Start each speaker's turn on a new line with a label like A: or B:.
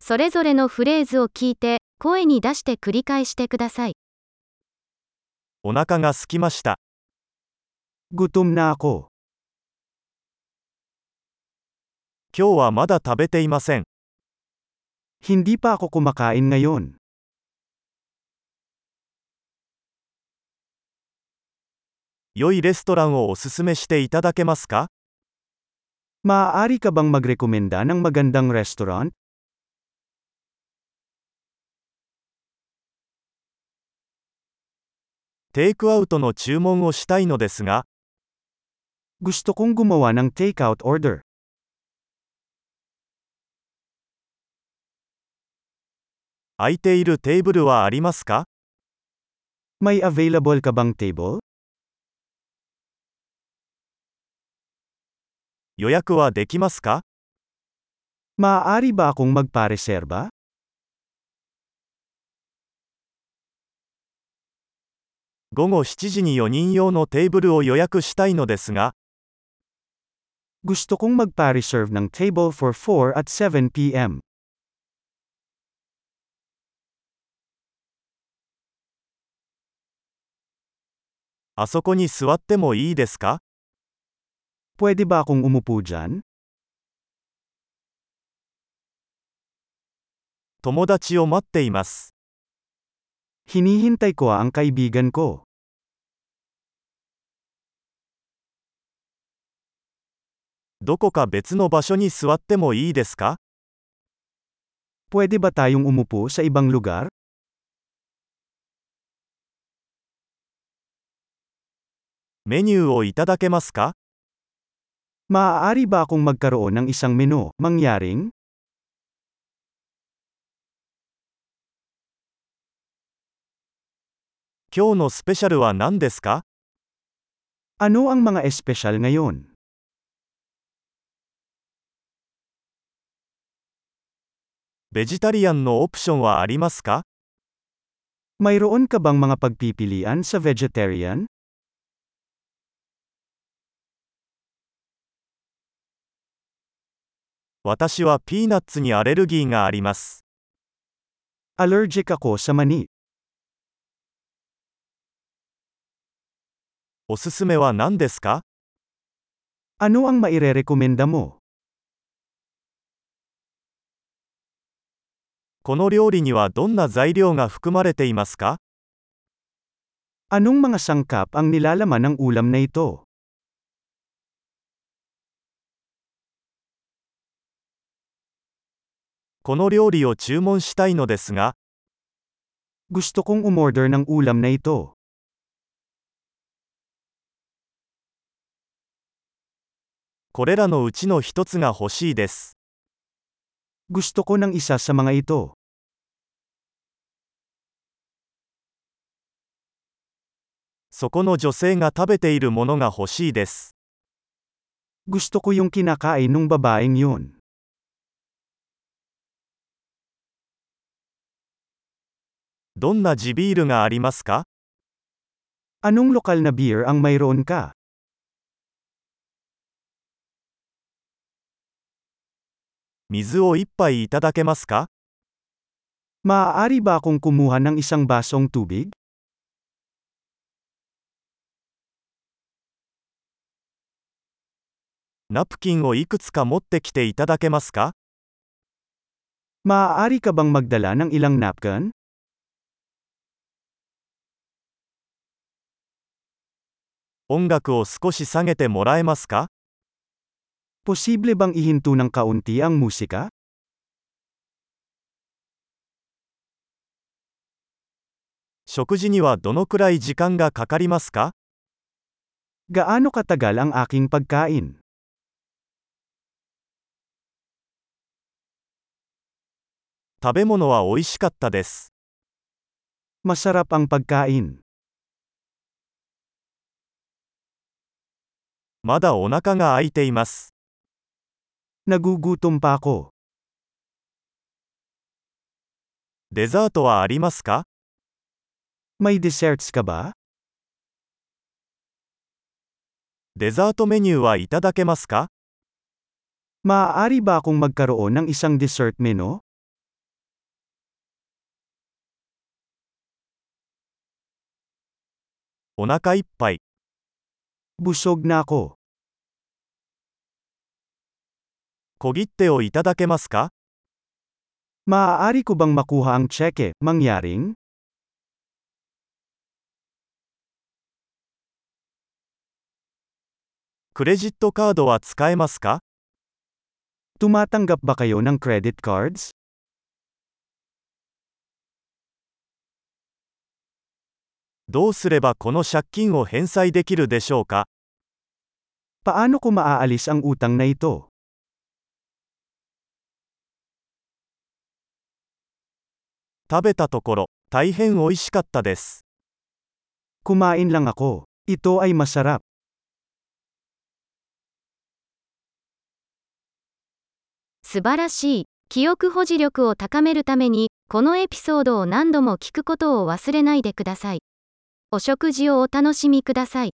A: それぞれのフレーズを聞いて、声に出して繰り返してください。
B: お腹が空きました。
C: Gutom na ako.
B: 今日はまだ食べていません。
C: Hindi pa ako kumakain ngayon.
B: 良いレストランをおすすめしていただけますか
C: Maaari ka bang magrekomenda ng magandang restaurant?
B: テイクアウトの注文をしたいのですが、
C: Gusto kong gumawa ng takeout order.
B: 空いているテーブルはありますか
C: May available ka bang table?
B: 予約はできますか
C: Maaari ba akong magpareserba?
B: 午後7時に4人用のテーブルを予約したいのですが、
C: Gusto kong magpa-reserve ng table for 4 at 7 p.m.
B: 「あそこに座ってもいいですか
C: Pwede ba akong umupo dyan?
B: 友達を待っています。
C: Hinihintay ko ang kaibigan ko.
B: どこか別の場所に座ってもいいですか
C: Pwede ba tayong umupo sa ibang lugar?
B: メニューをいただけますか
C: Maaari ba akong magkaroon ng isang menu, mangyaring?
B: 今日のスペシャルは何ですか
C: Ano ang mga espesyal ngayon?
B: ベジタリアンのオプションはありますか
C: Mayroon ka bang mga pagpipilian sa vegetarian?
B: 私はピーナッツにアレルギーがあります。
C: Allergic ako sa mani.
B: おすすめは何ですか
C: Ano ang mairerekomenda mo?
B: この料理にはどんな材料が含まれていますか
C: Anong mga sangkap ang nilalaman ng ulam na ito?
B: この料理を注文したいのですが、
C: Gusto kong umorder ng ulam na ito.
B: これらのうちの一つが欲しいです。
C: Gusto ko ng isa sa mga ito.
B: そこの女性が食べているものが欲しいです。
C: Gusto ko yung kinakain ng babaeng yun.
B: どんな地ビールがありますか
C: Anong lokal na beer ang mayroon ka?
B: 水を一杯いただけますか
C: Maaari ba akong kumuha ng isang basong tubig?
B: ナプキンをいくつか持ってきていただけますか
C: Maaari ka bang magdala ng ilang napkin?
B: 音楽を少し下げてもらえますか
C: Posible bang ihinto ng kaunti ang musika?
B: 食事にはどのくらい時間がかかりますか
C: Gaano katagal ang aking pagkain?
B: 食べ物は美味しかったです。
C: Masarap ang pagkain.
B: まだお腹が空いています。
C: Nagugutom pa ako.
B: デザートはありますか
C: May desserts ka ba?
B: デザートメニューはいただけますか
C: Maaari ba akong magkaroon ng isang dessert menu?
B: お腹いっぱい。
C: Busog na ako.
B: 小切手をいただけますか
C: Maaari ko bang makuha ang tseke, mangyaring?
B: クレジットカードは使えますか
C: Tumatanggap ba kayo ng credit cards?
B: どうすればこの借金を返済できるでしょうか
C: Paano ko maaalis ang utang na ito?
B: 食べたところ、大変美味しかったです。
C: Kumain lang ako. Ito ay masarap.
A: 素晴らしい。記憶保持力を高めるために、このエピソードを何度も聞くことを忘れないでください。お食事をお楽しみください。